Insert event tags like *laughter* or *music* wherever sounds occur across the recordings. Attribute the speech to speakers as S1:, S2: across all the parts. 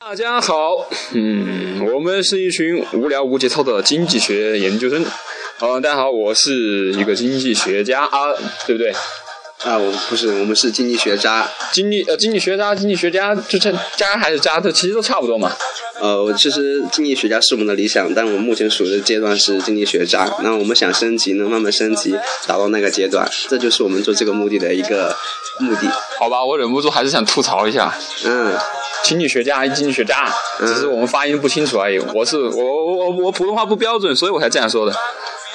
S1: 大家好，嗯，我们是一群无聊无节操的经济学研究生。呃，大家好，我是一个经济学家啊，对不对？
S2: 啊，我不是，我们是经济学渣。
S1: 经济呃，经济学家，经济学家，就这家还是渣，这其实都差不多嘛。
S2: 呃，我其实经济学家是我们的理想，但我目前处的阶段是经济学渣。那我们想升级呢，慢慢升级，达到那个阶段，这就是我们做这个目的的一个目的。
S1: 好吧，我忍不住还是想吐槽一下，
S2: 嗯，
S1: 经济学家，经济学家，只是我们发音不清楚而已。我是我我我我普通话不标准，所以我才这样说的。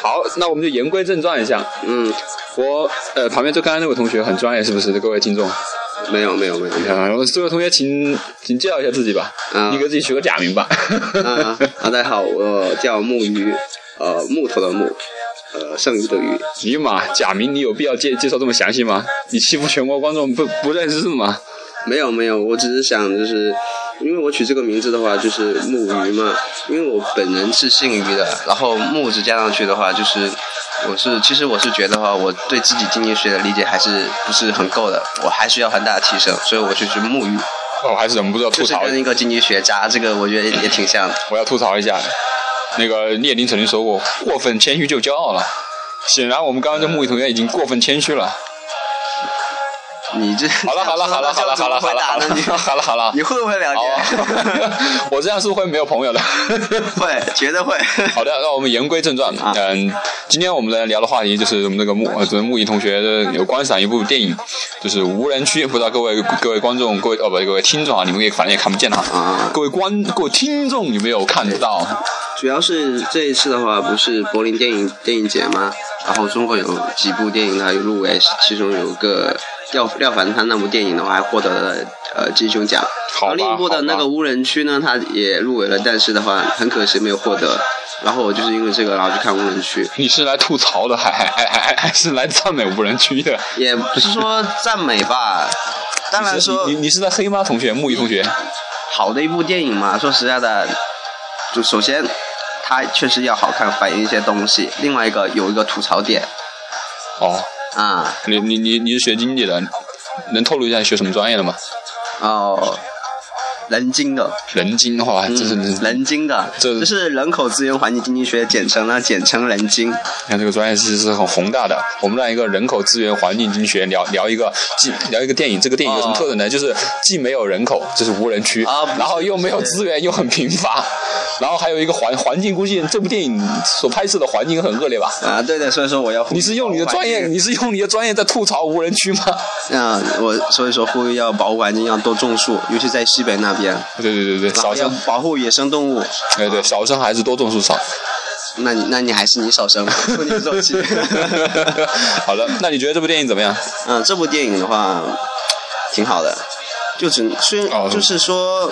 S1: 好，那我们就言归正传一下。
S2: 嗯，
S1: 我呃，旁边这刚刚那位同学很专业，是不是？各位听众，
S2: 没有没有没有，没有
S1: 啊、呃，这位同学请请介绍一下自己吧，
S2: 啊
S1: 你给自己取个假名吧。 *laughs*
S2: 啊啊！大家好，我叫木鱼，呃，木头的木，呃，剩余的余。
S1: 尼玛，假名你有必要介介绍这么详细吗？你欺负全国观众不不认识是吗？
S2: 没有没有，我只是想就是，因为我取这个名字的话就是木鱼嘛，因为我本人是姓于的，然后木字加上去的话就是，我是其实我是觉得话，我对自己经济学的理解还是不是很够的，我还需要很大的提升，所以我就是木鱼，
S1: 哦我还是忍不住要吐
S2: 就是
S1: 槽，
S2: 跟一个经济学家这个我觉得也也挺像的。
S1: 我要吐槽一下。那个列宁曾经说过，过分谦虚就骄傲了。显然，我们刚刚这木鱼同学已经过分谦虚了。
S2: 你这
S1: 好了，好了，好了，好了，好了，好了，好了，
S2: 你
S1: 好了，好了。
S2: *laughs* 你会不会聊天？
S1: 好， *laughs* 我这样是不是会没有朋友的？
S2: *laughs* 会，绝对会。
S1: 好的，那我们言归正传。嗯，今天我们来聊的话题就是我们这个木呃，就是木影同学的有观赏一部电影，就是《无人区》。不知道各位各位观众、各位哦不，各位听众啊，你们也反正也看不见了
S2: *laughs* 啊
S1: 各位观各位听众有没有看到？
S2: 主要是这一次的话，不是柏林电影电影节吗？然后中国有几部电影它有入围，其中有一个廖廖凡他那部电影的话，还获得了呃金熊奖。
S1: 好吧
S2: 然后另一部的那
S1: 好吧
S2: 个无人区呢，它也入围了，但是的话很可惜没有获得。然后我就是因为这个，然后去看无人区，
S1: 你是来吐槽的，还还还还还是来赞美无人区的？
S2: 也不是说赞美吧。当然说
S1: 你你你是在黑吗？同学，木鱼同学，
S2: 好的一部电影嘛，说实在的，就首先它确实要好看，反映一些东西。另外一个有一个吐槽点
S1: 哦，
S2: 啊。
S1: 你你你你是学经济的，能透露一下你学什么专业的吗？
S2: 哦，人精的，
S1: 人精的话，这是
S2: 嗯人精的，
S1: 这
S2: 这是人口资源环境经济学简称呢，简称人精。
S1: 看这个专业其实是很宏大的。我们让一个人口资源环境经济学聊聊一个既聊一个电影，这个电影有什么特点呢？就是既没有人口，这是无人区，
S2: 啊不是
S1: 然后又没有资源，又很贫乏，然后还有一个环环境，估计这部电影所拍摄的环境很恶劣吧？
S2: 啊，对的，所以说我要呼吁
S1: 你是用你的专业，你是用你的专业在吐槽无人区吗？
S2: 啊，我所以说呼吁要保护环境，要多种树，尤其在西北那边，
S1: *laughs* 对对对对，
S2: 然
S1: 少
S2: 后要
S1: 生，
S2: 保护野生动物。
S1: 对哎对，少生孩子多种树少。
S2: 那你那你还是你少生，祝你寿气。
S1: *laughs* 好的，那你觉得这部电影怎么样？
S2: 嗯，这部电影的话挺好的，就只虽
S1: 哦
S2: 然就是说，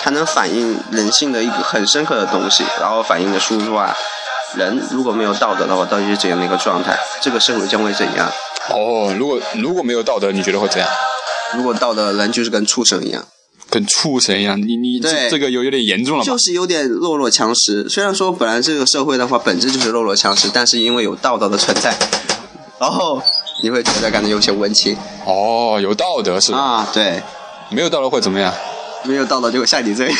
S2: 它能反映人性的一个很深刻的东西，然后反映的出话，人如果没有道德的话，到底是怎样的一个状态？这个社会将会怎样？
S1: 哦，如果如果没有道德，你觉得会怎样？
S2: 如果道德，人就是跟畜生一样，
S1: 跟畜生一样，你你这
S2: 对
S1: 这个有有点严重了吧？
S2: 就是有点弱肉强食。虽然说本来这个社会的话本质就是弱肉强食，但是因为有道德的存在，然后你会觉得感觉有些温情
S1: 哦，有道德是吧？
S2: 啊，对，
S1: 没有道德会怎么样？ *laughs*
S2: 没有道德就会像你 *laughs* 这样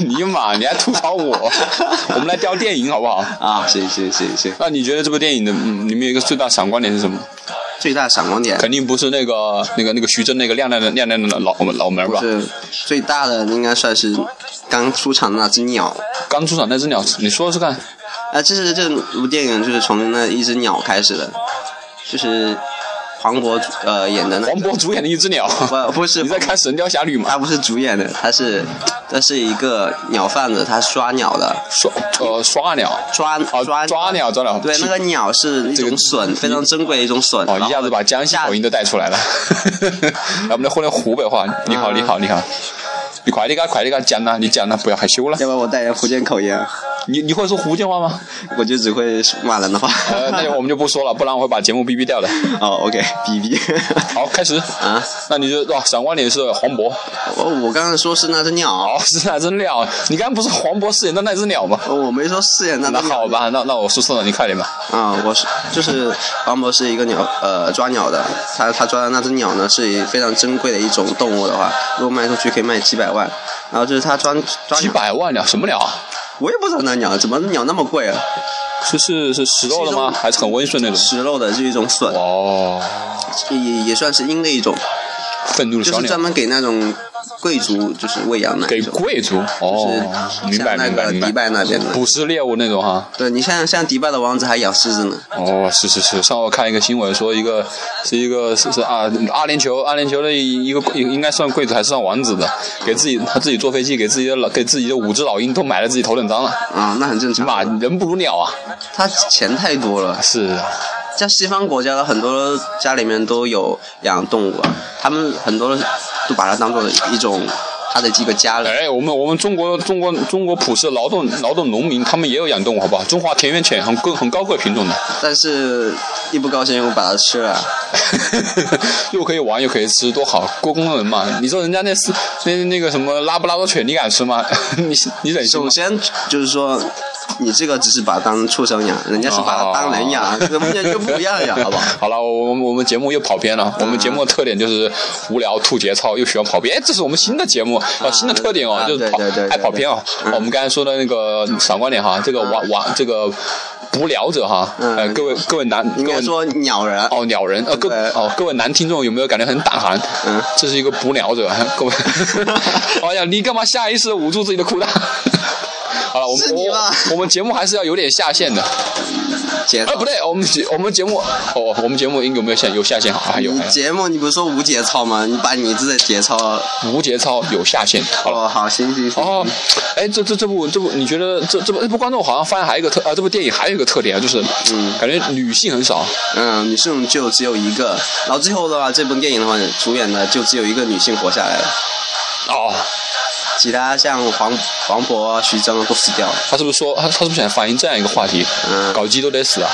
S1: 尼玛， *laughs* 你还吐槽
S2: *laughs*
S1: 我？我们来聊电影好不好？
S2: 啊，行行行行。
S1: 那你觉得这部电影的，嗯，里面有一个最大闪光点是什么？
S2: 最大闪光点
S1: 肯定不是那个、那个、那个徐峥那个亮亮的、亮亮的老老门吧？
S2: 是最大的，应该算是刚出场的那只鸟。
S1: 刚出场那只鸟，你说说看。
S2: 啊，这是这部电影就是从那一只鸟开始的，就是黄渤呃演的那
S1: 黄渤主演的一只鸟，
S2: 不不是
S1: 你在看《神雕侠侣》吗？
S2: 他不是主演的，他是他是一个鸟贩子，他刷鸟的，
S1: 刷呃刷鸟，
S2: 抓
S1: 哦
S2: 抓
S1: 抓鸟抓鸟，
S2: 对，那个鸟是一
S1: 这个
S2: 种笋，非常珍贵的一种笋。
S1: 哦，
S2: 然
S1: 一下子
S2: 后
S1: 把江西
S2: 下
S1: 口音都带
S2: *laughs*
S1: 出来了。来，我们来混点湖北话。你好，你好，你好，你快点给他，快点给他讲呐，你讲呐，不要害羞了。
S2: 要不然我带点福建口音啊。
S1: 你你会说福建话吗？
S2: 我就只会骂人的话。
S1: 呃，那我们就不说了，不然我会把节目逼逼掉的。
S2: *laughs* 哦，OK，哔哔。
S1: 好，开始
S2: *laughs* 啊，
S1: 那你就哇，闪光点是黄渤。
S2: 我我刚刚说是那只鸟，
S1: 哦， *laughs* 是那只鸟，你刚刚不是黄渤饰演的那只鸟吗？
S2: 我没说饰演那
S1: 哦那
S2: 只鸟
S1: 好吧，那那我说错了，你快点吧。
S2: 啊、我是就是王勃是一个鸟，呃，抓鸟的。他他抓的那只鸟呢，是非常珍贵的一种动物的话，如果卖出去可以卖几百万。然后就是他抓抓
S1: 几
S2: 鸟，
S1: 百万鸟什么鸟啊？
S2: 我也不知道那鸟怎么鸟那么贵啊，
S1: 是是是食肉的
S2: 是
S1: 吗？
S2: 一种
S1: 还是很温顺那种？
S2: 食肉的是一种粉，
S1: 哦，
S2: 也也算是鹰的一种，
S1: 愤怒的
S2: 就
S1: 小
S2: 是专
S1: 鸟
S2: 门给那种贵族就是喂养的
S1: 给
S2: 一种，
S1: 贵族哦，
S2: 是
S1: 明白
S2: 像那
S1: 明白
S2: 个
S1: 明
S2: 迪
S1: 白，
S2: 拜那边的。
S1: *laughs* 捕食猎物那种哈。
S2: 对你像像迪拜的王子还养狮子呢，
S1: 哦，是是是，上午看一个新闻说一个是一个是是啊阿联酋阿联酋的一个应应该算贵族还是算王子的，给自己他自己坐飞机给自己的老给自己的五只老鹰都买了自己头等舱了，
S2: 啊、那很正常。
S1: 妈人不如鸟啊！
S2: 他钱太多了，
S1: 是啊，
S2: 像西方国家的很多家里面都有养动物啊，他们很多都把它当做一种他的这个家人。
S1: 哎，我们我们中国中国中国普世劳动劳动农民他们也有养动物好不好？中华田园犬很高很高贵品种的， *laughs*
S2: 但是，一不高兴又把它吃了，
S1: 又可以玩又可以吃，多好，多功能嘛！你说人家那是那那个什么拉布拉多犬，你敢吃吗？ *laughs* 你你忍心吗
S2: 首？先就是说，你这个只是把它当畜生养，人家是把它当人
S1: 哦
S2: 养，根本就不一样养，好不好？
S1: *laughs* 好了，我们我们节目又跑偏
S2: 啊
S1: 了。我们节目的特点就是无聊、吐节操，又喜欢跑偏。哎，这是我们新的节目啊，新的特点哦
S2: 啊，
S1: 就是跑
S2: 对对对对
S1: 爱跑偏哦。
S2: 嗯
S1: 我们刚才说的那个闪光点哈，这个玩玩这个无聊者哈，
S2: 嗯
S1: 呃，各位各位男
S2: 应
S1: 各
S2: 该
S1: 位。
S2: 说鸟人，
S1: 哦，鸟人，呃，各
S2: 对啊
S1: 哦，各位男听众有没有感觉很胆寒？
S2: 嗯，
S1: 这是一个捕鸟者，各
S2: *laughs*
S1: 位，哎呀，你干嘛下意识地捂住自己的裤裆？ *laughs* 好了，我
S2: 是
S1: 们
S2: 你吧
S1: 我我们节目还是要有点下限的。 *laughs*
S2: 节
S1: 哎，不对，我们节我们节目，哦，我们节目有没有下有下限？好，还有
S2: 你
S1: 还有
S2: 节目你不是说无节操吗？你把你自己的节操，
S1: 无节操有下限。好了，
S2: 哦，好，行行行，
S1: 哦，哎，这这这部这部，你觉得这这部这部观众好像发现还有一个特啊，这部电影还有一个特点啊，就是
S2: 嗯
S1: 感觉女性很少。
S2: 嗯，女性就只有一个，然后最后的话，这部电影的话，主演呢就只有一个女性活下来了，
S1: 哦，
S2: 其他像黄黄渤啊、徐峥啊都死掉了。
S1: 他是不是说他他是不是想反映这样一个话题？
S2: 嗯
S1: 搞基都得死啊！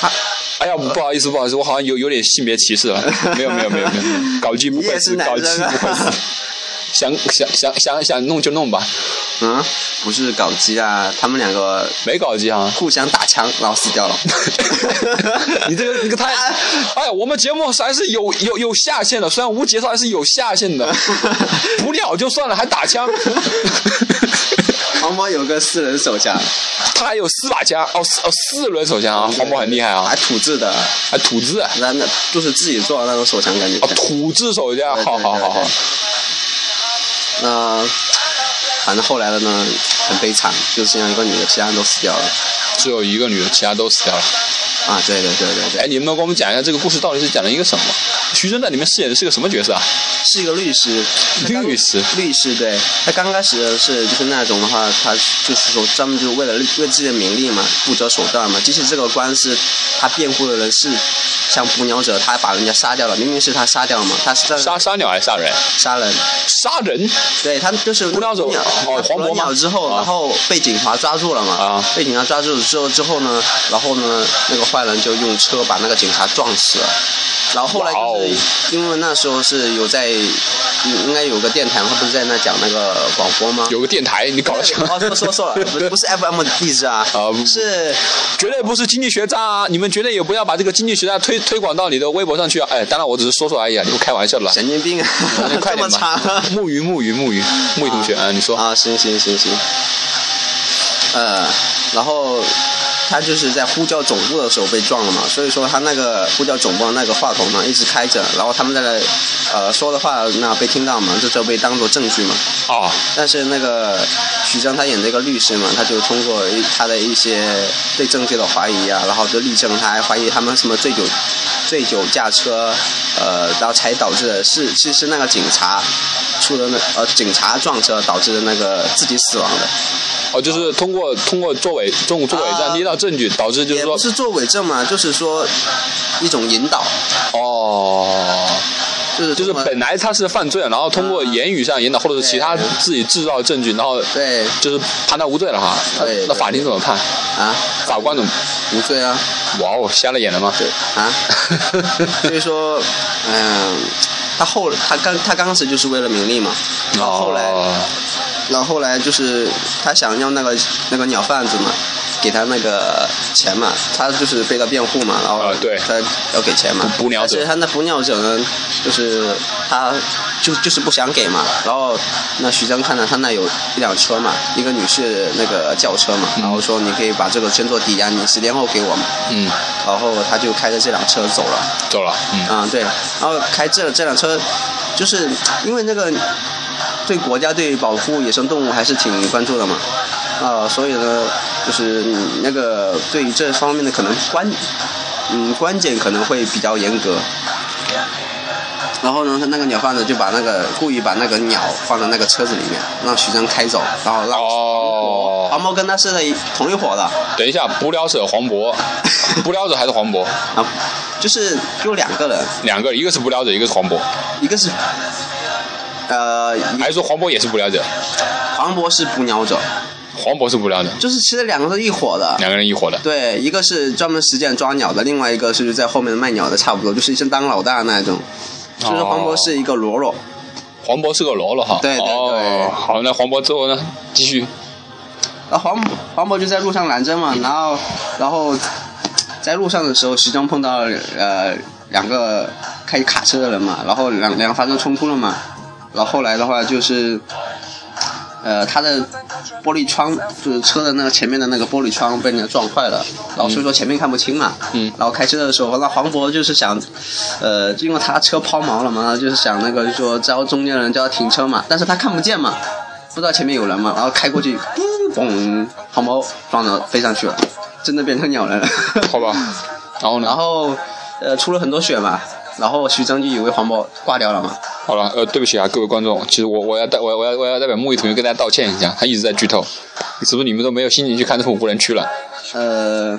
S2: 他
S1: 哎呀，不好意思，不好意思，我好像有有点性别歧
S2: *laughs*
S1: 视了。啊没有，没有，没有，没有，搞基不
S2: 你
S1: 会
S2: 也
S1: 死，
S2: 是男
S1: 搞基
S2: 生
S1: 不会死
S2: 啊？。
S1: 想想想想想弄就弄吧，
S2: 嗯，不是搞基啊，他们两个
S1: 没搞基啊。
S2: 互相打枪，然后死掉了。
S1: *laughs*
S2: 啊
S1: 你这个你个太，哎呀，我们节目还是有有有下限的，虽然无节操，还是有下限
S2: *laughs*
S1: 的。不鸟就算了，还打枪，
S2: 黄渤有个四人手枪，
S1: 他还有四把枪，哦四哦四轮手枪啊，黄渤很厉害啊
S2: 还，土制的，
S1: 还土制啊，
S2: 那那就是自己做的那种手枪，感觉。
S1: 土制手枪，
S2: 对对
S1: 好好好好
S2: 对。那反正后来的呢，很悲惨，就是这样一个女的，其他人都死掉了。
S1: 只有一个女的，其他都死掉了。
S2: 啊，对对对对对
S1: 哎，，你能不能给我们讲一下这个故事到底是讲了一个什么？徐峥在里面饰演的是个什么角色啊？
S2: 是一个律师，他刚
S1: 律师
S2: 律师对，他刚开始是就是那种的话，他就是说专门就为了为自己的名利嘛，不择手段嘛。即使这个官司他辩护的人是像捕鸟者，他把人家杀掉了，明明是他杀掉嘛，他是在
S1: 杀杀鸟还是杀人？
S2: 杀人，
S1: 杀人？
S2: 对他就是
S1: 捕鸟者哦黄渤
S2: 捕
S1: 吗
S2: 鸟之后，
S1: 啊
S2: 然后被警察抓住了嘛，
S1: 啊
S2: 被警察抓住之后之后呢，然后呢那个坏人就用车把那个警察撞死了。然后后来
S1: 哇哦
S2: 就是因为那时候是有在，应应该有个电台，他不是在那讲那个广播吗？
S1: 有个电台，你搞了枪？
S2: *laughs* 哦，说说错了，不是不是 FM 的地址啊，
S1: 啊不
S2: 是
S1: 绝对不是经济学渣啊！你们绝对也不要把这个经济学渣推推广到你的微博上去啊！哎，当然我只是说说而已啊，你不开玩笑的啦。
S2: 神经病啊，
S1: 嗯快
S2: *laughs* 这么
S1: 点吧
S2: 长啊。
S1: *laughs* 木鱼木鱼木鱼木鱼同
S2: *laughs*
S1: 学啊，你说
S2: 啊，行行行行，呃，然后他就是在呼叫总部的时候被撞了嘛，所以说他那个呼叫总部的那个话筒呢一直开着，然后他们在那呃说的话那被听到嘛，这就被当做证据嘛。
S1: 啊，
S2: 但是那个徐峥他演这个律师嘛，他就通过一他的一些对证据的怀疑啊，然后就力证他还怀疑他们什么醉酒醉酒驾车，呃，然后才导致的是是是那个警察出的那呃警察撞车导致的那个自己死亡的，
S1: 哦，就是通过通过作伪通过作伪
S2: 啊
S1: 战捏造证据，导致就是
S2: 也
S1: 说
S2: 不是做伪证嘛，就是说一种引导。
S1: 哦，
S2: 就是
S1: 就是
S2: 通过
S1: 本来他是犯罪了，然后通过言语上引导，或者是其他自己制造证据，然后
S2: 对
S1: 就是判他无罪了哈。
S2: 对对
S1: 那法庭怎么判？
S2: 啊，
S1: 法官怎么？
S2: 无罪啊，
S1: 哇哦，瞎了眼了吗？ *laughs*
S2: 对啊， *laughs* 所以说，嗯，他后他刚他刚开始就是为了名利嘛，然后后来，
S1: 哦
S2: 然后后来就是他想要那个那个鸟贩子嘛，给他那个钱嘛，他就是被他辩护嘛，然后
S1: 啊对
S2: 他要给钱嘛，
S1: 捕捕鸟者
S2: 而且他那捕鸟者呢，就是他就就是不想给嘛，然后那徐峥看到他那有一辆车嘛，一个女士那个轿车嘛，然后说你可以把这个先做抵押，你十天后给我嘛，
S1: 嗯，
S2: 然后他就开着这辆车走了。
S1: 走了，嗯，
S2: 啊、对，然后开这这辆车，就是因为那个对国家对保护野生动物还是挺关注的嘛，啊、所以呢，就是嗯那个对于这方面的可能关，嗯，关键可能会比较严格。然后呢，他那个鸟贩子就把那个故意把那个鸟放在那个车子里面，让徐峥开走，然后让
S1: 哦
S2: 黄渤跟他是在一同一伙的
S1: 等一下，捕鸟者黄
S2: *laughs*
S1: 渤，捕鸟者还是黄渤，
S2: 啊，就是就两个人，
S1: 两个，一个是捕鸟者，一个是黄渤，
S2: 一个是呃一
S1: 还是说黄渤也是捕鸟者？
S2: 黄渤是捕鸟者，
S1: 黄渤是捕鸟者，
S2: 就是其实两个是一伙的。
S1: 两个人一伙的。
S2: 对，一个是专门实践抓鸟的，另外一个是在后面卖鸟的，差不多就是像当老大那种。就是黄渤是一个罗罗，
S1: 黄渤是个喽啰哈。
S2: 对对对
S1: 哦，好，那黄渤之后呢？继续。
S2: 然后黄黄渤就在路上拦着嘛，然后然后在路上的时候，徐峥碰到呃两个开卡车的人嘛，然后两两个发生冲突了嘛，然后后来的话就是。呃，他的玻璃窗就是车的那个前面的那个玻璃窗被人家撞坏了，然后所以说前面看不清嘛。
S1: 嗯
S2: 然后开车的时候，那黄渤就是想，呃，因为他车抛锚了嘛，就是想那个就说招中间人叫他停车嘛，但是他看不见嘛，不知道前面有人嘛，然后开过去，嘣，黄渤撞着飞上去了，真的变成鸟人了。
S1: 好吧。然后
S2: *laughs* 然
S1: 呢？
S2: 后呃出了很多血嘛，然后徐峥就以为黄渤挂掉了嘛，
S1: 好了，呃，对不起啊，各位观众，其实我我要代我我要我要代表木易同学跟大家道歉一下，他一直在剧透，是不是你们都没有心情去看这部无人区了？
S2: 呃，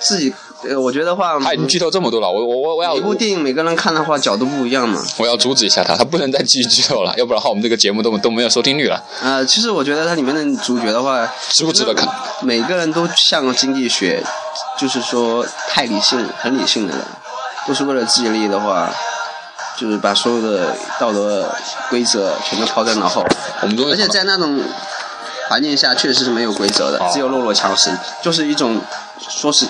S2: 自己呃我觉得话，
S1: 他已哎经剧透这么多了，我我我我要
S2: 每部电影每个人看的话角度不一样嘛，
S1: 我要阻止一下他，他不能再继续剧透了，要不然的话我们这个节目都都没有收听率了。
S2: 呃，其实我觉得它里面的主角的话，
S1: 值不值得看？
S2: 每个人都像经济学，就是说太理性、很理性的人，都是为了自己利益的话，就是把所有的道德规则全都抛在脑后。
S1: 我们终于
S2: 而且在那种环境下，确实是没有规则的，
S1: 哦
S2: 只有弱肉强食，就是一种说是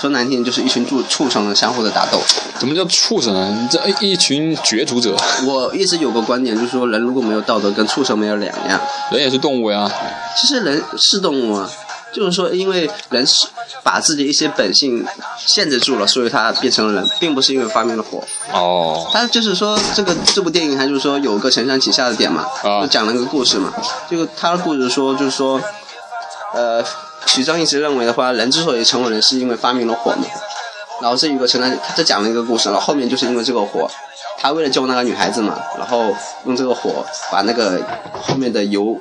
S2: 说难听，就是一群畜畜生相互的打斗。
S1: 怎么叫畜生呢？这哎一一群角逐者，
S2: 我一直有个观点，就是说人如果没有道德，跟畜生没有两样。
S1: 人也是动物呀。
S2: 其实人是动物啊，就是说，因为人是把自己一些本性限制住了，所以他变成了人，并不是因为发明了火。
S1: 哦，
S2: 他就是说，这个这部电影还就是说有个承上启下的点嘛，
S1: 啊
S2: 就讲了个故事嘛。这个他的故事说，就是说，呃，徐峥一直认为的话，人之所以成为人，是因为发明了火嘛。然后这有个承担，他这讲了一个故事，然后后面就是因为这个火，他为了救那个女孩子嘛，然后用这个火把那个后面的油，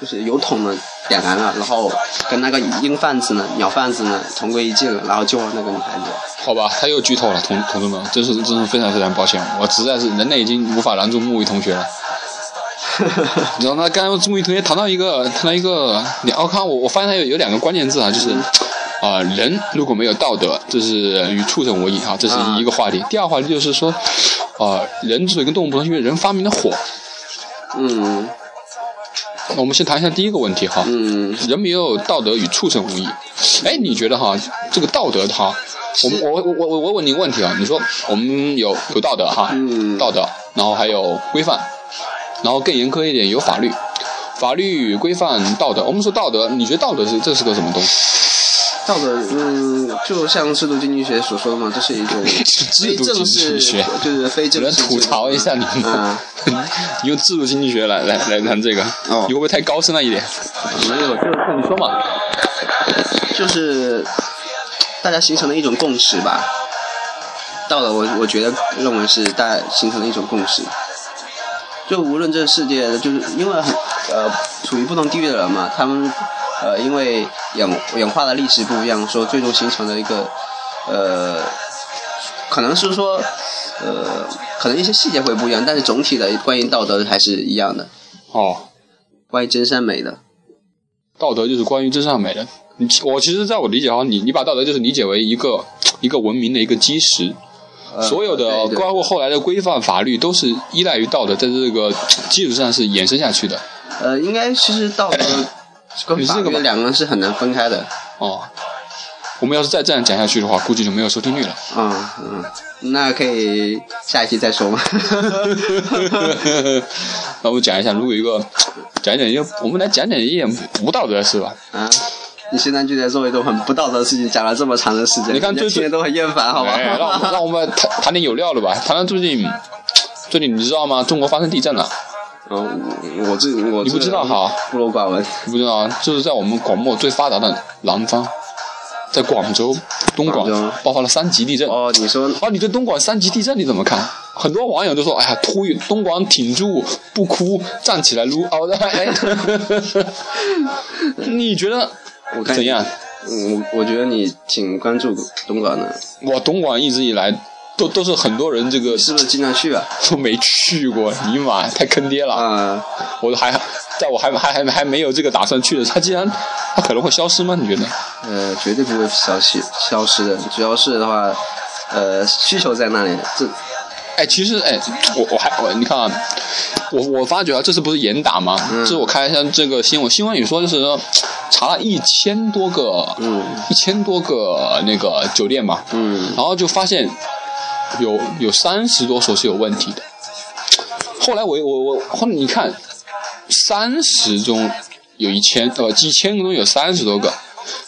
S2: 就是油桶呢点燃了，然后跟那个鹰贩子呢、鸟贩子呢同归于尽了，然后救了那个女孩子。
S1: 好吧，他又剧透了，同同志们，真是真是非常非常抱歉，我实在是人类已经无法拦住木易同学了。你知道他刚刚木易同学谈到一个谈到一个，你哦我看我我发现他有有两个关键字啊，就是啊、人如果没有道德，这是与畜生无异啊，这是一个话题。第二话题就是说，啊、人之所以跟动物不同，是因为人发明了火。
S2: *laughs* 嗯
S1: 我们先谈一下第一个问题哈，
S2: 嗯，
S1: 人没有道德与畜生无异。哎，你觉得哈，这个道德哈，我们我我我我我问你个问题啊，你说我们有有道德哈，
S2: 嗯
S1: 道德，然后还有规范，然后更严苛一点有法律，法律规范道德。我们说道德，你觉得道德是这是个什么东西？
S2: 道德，嗯，就像制度经济学所说的嘛，这是一
S1: *laughs*
S2: 种
S1: 制
S2: 非
S1: 度经
S2: 正式，
S1: 济学
S2: 就是非
S1: 只
S2: 正
S1: 能
S2: 式制度。
S1: 吐槽一下你们 *laughs*
S2: 嗯，
S1: 你用制度经济学来来来谈这个，
S2: 哦
S1: 你会不会太高深了一点？
S2: 没有，就是
S1: 那你说嘛，
S2: 就是大家形成的一种共识吧。道德，我我觉得认为是大家形成的一种共识。就无论这世界，就是因为很呃处于不同地域的人嘛，他们呃因为演演化的历史不一样，说最终形成的一个呃可能是说，呃，可能一些细节会不一样，但是总体的关于道德还是一样的，
S1: 哦，
S2: 关于真善美的。
S1: 道德就是关于真善美的。你我其实，在我理解好像你你把道德就是理解为一个一个文明的一个基石，
S2: 呃
S1: 所有的
S2: 对对
S1: 包括后来的规范法律都是依赖于道德在这个基础上是衍生下去的。
S2: 呃，应该其实道德跟
S1: *coughs* 你是
S2: 法
S1: 这个
S2: 律
S1: 吧
S2: 两个是很难分开的。
S1: 哦，我们要是再这样讲下去的话，估计就没有收听率了。 *laughs*
S2: 嗯嗯，那可以下一期再说吗？ *laughs*
S1: 那我们讲一下，如果一个讲一讲一个，我们来讲讲一点不道德的事吧。
S2: 啊，你现在就在做一种很不道德的事情，讲了这么长的时间，
S1: 你看
S2: 人
S1: 最
S2: 家听着都很厌烦，好吧？
S1: 哎，让我们让我们谈谈点有料的吧，谈谈最近最近你知道吗？中国发生地震了，
S2: *laughs* 嗯，我这我
S1: 你不知道哈，
S2: 孤陋寡闻。
S1: 你不知道啊？就是在我们广袤最发达的南方，在广州东
S2: 广
S1: 莞
S2: 州
S1: 爆发了三级地震。
S2: 哦，你说
S1: 啊，你对东莞三级地震你怎么看？很多网友都说：“哎呀，呼吁东莞挺住，不哭，站起来撸。”哦，
S2: *laughs*
S1: 哎，你觉得
S2: 我看
S1: 怎样？
S2: 嗯，我我觉得你挺关注东莞的，
S1: 我东莞一直以来都都是很多人这个
S2: 是不是经常去啊？
S1: 都没去过，尼玛太坑爹了！
S2: 啊，
S1: 我都还在我还还还还没有这个打算去的，他竟然他可能会消失吗？你觉得？
S2: 呃，绝对不会消失消失的，主要是的话，呃，需求在那里，这
S1: 哎，其实哎，我我还我你看啊，我我发觉啊，这次不是严打吗？
S2: 嗯
S1: 这是我看一下这个新闻，新闻里说就是查了一千多个，
S2: 嗯
S1: 一千多个那个酒店嘛，
S2: 嗯，
S1: 然后就发现有有三十多所是有问题的。后来我我我后来你看，三十中有一千呃几千个中有三十多个，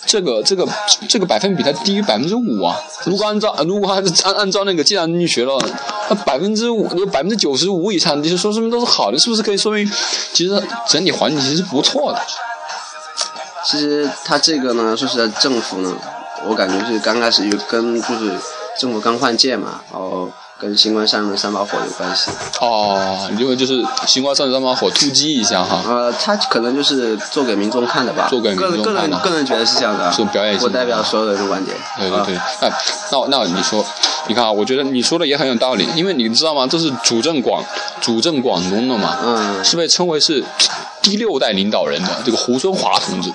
S1: 这个这个这个百分比它低于百分之五啊。如果按照如果按按按照那个计量经济学了，那百分之五有百分之九十五以上，你是说说明都是好的，是不是可以说明其实整体环境其实不错的？
S2: 其实他这个呢，说实在，政府呢，我感觉就是刚开始就跟就是政府刚换届嘛，然后跟新冠上任的三把火有关系。
S1: 哦，你认为就是新冠上这把火突击一下哈，
S2: 呃，他可能就是做给民众看的吧，
S1: 做给民众
S2: 个
S1: 看
S2: 人个
S1: 的
S2: 人个人觉得是这样的啊，
S1: 是表演性
S2: 我
S1: 的
S2: 代表所有人的观点。
S1: 对对对，
S2: 啊，
S1: 哎、那那你说，你看啊，我觉得你说的也很有道理，因为你知道吗？这是主政广主政广东的嘛，
S2: 嗯
S1: 是被称为是第六代领导人的这个胡春华同志。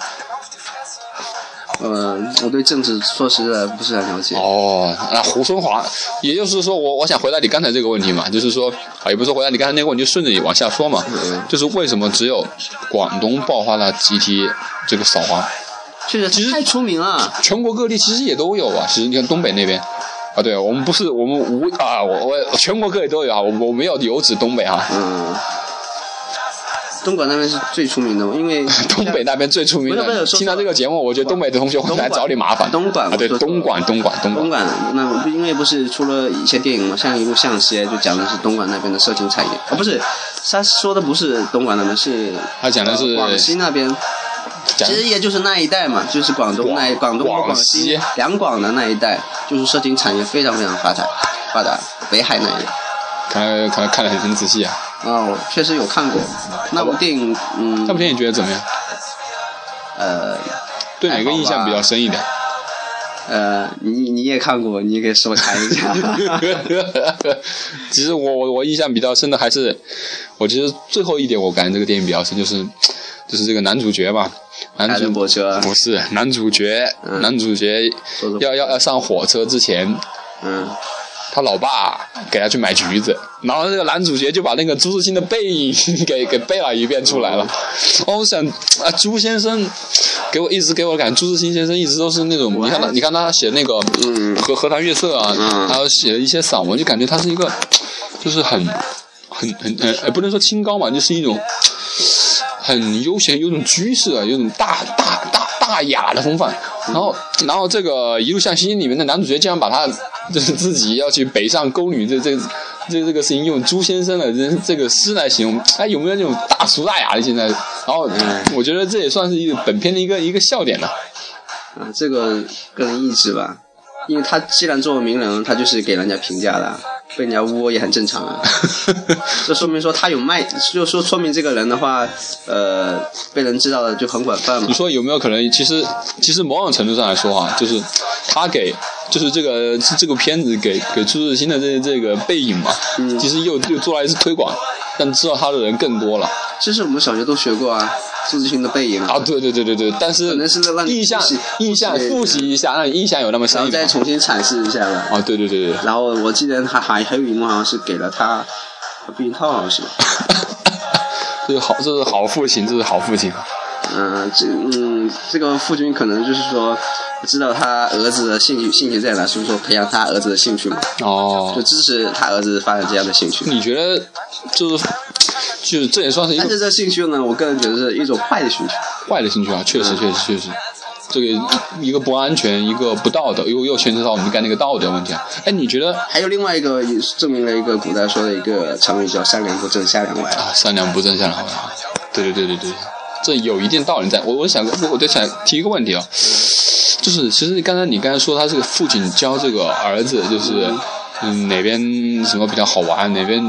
S2: 呃，我对政治说实在不是很了解。
S1: 哦，那胡春华，也就是说我我想回答你刚才这个问题嘛，就是说啊，也不是说回答你刚才那个问题，就顺着你往下说嘛，
S2: 嗯
S1: 就是为什么只有广东爆发了集体这个扫黄？
S2: 确实太出名了。
S1: 全国各地其实也都有啊。其实你看东北那边，啊，对我们不是我们无啊，我我全国各地都有啊，我我没有有指东北啊，
S2: 嗯，东莞那边是最出名的嘛，因为
S1: *laughs* 东北那边最出名
S2: 不是不
S1: 的。
S2: 是说错了
S1: 听到这个节目，我觉得东北的同学会来找你麻烦。
S2: 东莞
S1: 啊，对，
S2: 我说错了
S1: 东莞，东莞，东
S2: 东
S1: 莞。
S2: 莞那不因为不是出了一些电影嘛，像一部《向西》就讲的是东莞那边的色情产业啊，不是，他说的不是东莞那边，是
S1: 他讲的是
S2: 广西那边，
S1: 讲
S2: 其实也就是那一带嘛，就是广东那一广东和
S1: 广
S2: 广西
S1: 西
S2: 两广的那一带，就是色情产业非常非常发达发达，北海那一带。
S1: 看来看来看得很仔细啊。
S2: 啊、我确实有看过那部电影，
S1: 那部
S2: 嗯，
S1: 电影觉得怎么样？
S2: 呃
S1: 对哪个印象比较深一点？ *laughs*
S2: 呃，你你也看过，你也可以
S1: *laughs*
S2: 说谈一下。
S1: 其实我我我印象比较深的还是，我其实最后一点我感觉这个电影比较深，就是就是这个男主角嘛，男
S2: 凯
S1: 主
S2: 伦伯车，啊
S1: 不是男主角，男主角
S2: 说说
S1: 要要要上火车之前，
S2: 嗯，
S1: 他老爸给他去买橘子，然后这个男主角就把那个朱自清的背影给给背了一遍出来了。哦，我想啊，朱先生给我一直给我的感觉，朱自清先生一直都是那种，你看他，你看他写那个
S2: 嗯
S1: 《荷荷塘月色》啊，
S2: 嗯
S1: 还有写了一些散文，就感觉他是一个，就是很很很很、呃，不能说清高嘛，就是一种很悠闲，有种居士啊，有种大大大大雅的风范。然后，然后这个《一路向西》里面的男主角竟然把他就是 *laughs* 自己要去北上沟女这这这这个事情用朱先生的这这个诗来形容，哎，有没有那种大俗大雅的现在？然后我觉得这也算是一个本片的一个一个笑点了。
S2: 啊，这个个人意志吧，因为他既然作为名人，他就是给人家评价的，被人家窝也很正常啊。 *laughs* 这说明说他有卖，就说说明这个人的话，呃，被人知道的就很广泛嘛
S1: 你。说有没有可能？其实，其实某种程度上来说啊，就是他给就是这个这这个片子给给朱自清的这这个背影嘛，
S2: 嗯
S1: 其实又又做了一次推广，让知道他的人更多了。
S2: 这是我们小学都学过啊，朱自清的背影
S1: 啊，，对对对对对，但是
S2: 可能是让你
S1: 印象
S2: 复习
S1: 印象
S2: 复习
S1: 复习一下，让你印象有那么
S2: 然
S1: 深
S2: 后
S1: 一
S2: 再
S1: 点。
S2: 重新阐释一下吧。
S1: 啊，对对对对 *laughs* 对。
S2: 然后我记得还还还有一幕好像是给了他避孕套，好像是吧？
S1: 这是好，这是好父亲，这是好父亲。
S2: 嗯，这嗯，这个父亲可能就是说，知道他儿子的兴趣兴趣在哪，所以说培养他儿子的兴趣嘛，就
S1: 哦，
S2: 支持他儿子发展这样的兴趣。
S1: 你觉得就是就是这也算是一
S2: 但
S1: 个
S2: 是这兴趣呢，我个人觉得是一种坏的兴趣。
S1: 坏的兴趣啊，确实确实确实，这个一个不安全，一个不道德，又又牵扯到我们刚才那个道德问题啊。哎，你觉得
S2: 还有另外一个也是证明了一个古代说的一个成语叫“三两不正，下两歪
S1: 啊，三两不正下两歪啊，对对对对对，这有一定道理在。我我想我我在想提一个问题啊，就是其实刚才你刚才说他这个父亲教这个儿子就是。嗯，哪边什么比较好玩，哪边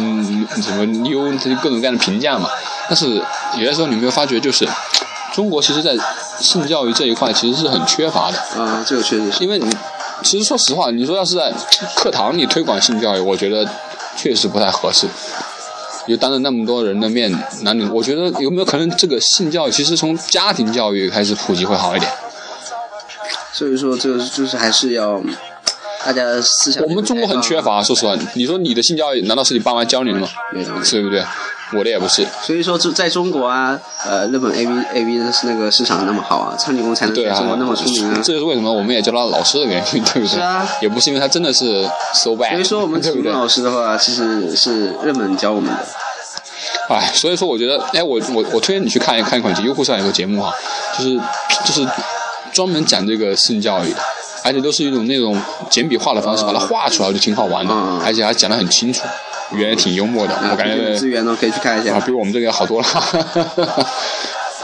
S1: 什么优，他就各种各样的评价嘛。但是有的时候你有没有发觉，就是中国其实在性教育这一块其实是很缺乏的。”。
S2: 啊，这个确实是。
S1: 因为你其实说实话，你说要是在课堂里推广性教育，我觉得确实不太合适。就当着那么多人的面，男女，我觉得有没有可能这个性教育其实从家庭教育开始普及会好一点？
S2: 所以说，这个就是还是要大家思想。
S1: 我们中国很缺。乏，说实话，你说你的性教育难道是你爸妈教你的吗？
S2: 没有
S1: 对不对？我的也不是，
S2: 啊所以说，就在中国啊，呃，日本 A V A V 的那个市场那么好啊，苍井空才能
S1: 对
S2: 在
S1: 啊
S2: 中国那么出名啊。
S1: 这就是为什么我们也叫他老师的原因，对不对？
S2: 是啊
S1: 也不是因为他真的是 so bad，
S2: 所以说，我们
S1: 对
S2: 启
S1: 不
S2: 蒙
S1: 对？
S2: 老师的话，其实是日本教我们的。
S1: *laughs* 哎，所以说我觉得，哎，我我我推荐你去看一看一款优酷上有个节目哈，就是就是专门讲这个性教育的，而且都是一种那种简笔画的方式把它画出来，我就挺好玩的
S2: 嗯，
S1: 而且还讲得很清楚，语言也挺幽默的，
S2: 啊，
S1: 我感
S2: 有资
S1: 觉
S2: 源呢，可以去看一下
S1: 啊。比我们这个要好多了。 *laughs* 那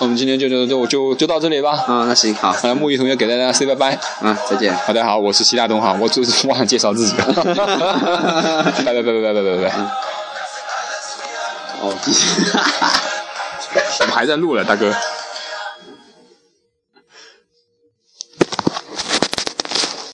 S1: 我们今天就就就就就到这里吧。
S2: 啊，那行，好，
S1: 来，木易同学给大家 say 拜拜。
S2: 啊，再见。
S1: 大家好，我是齐大东哈，我就是忘了介绍自己了。 *laughs* 拜拜拜拜拜拜拜拜，
S2: 哦，继续。
S1: 我们还在录了，大哥。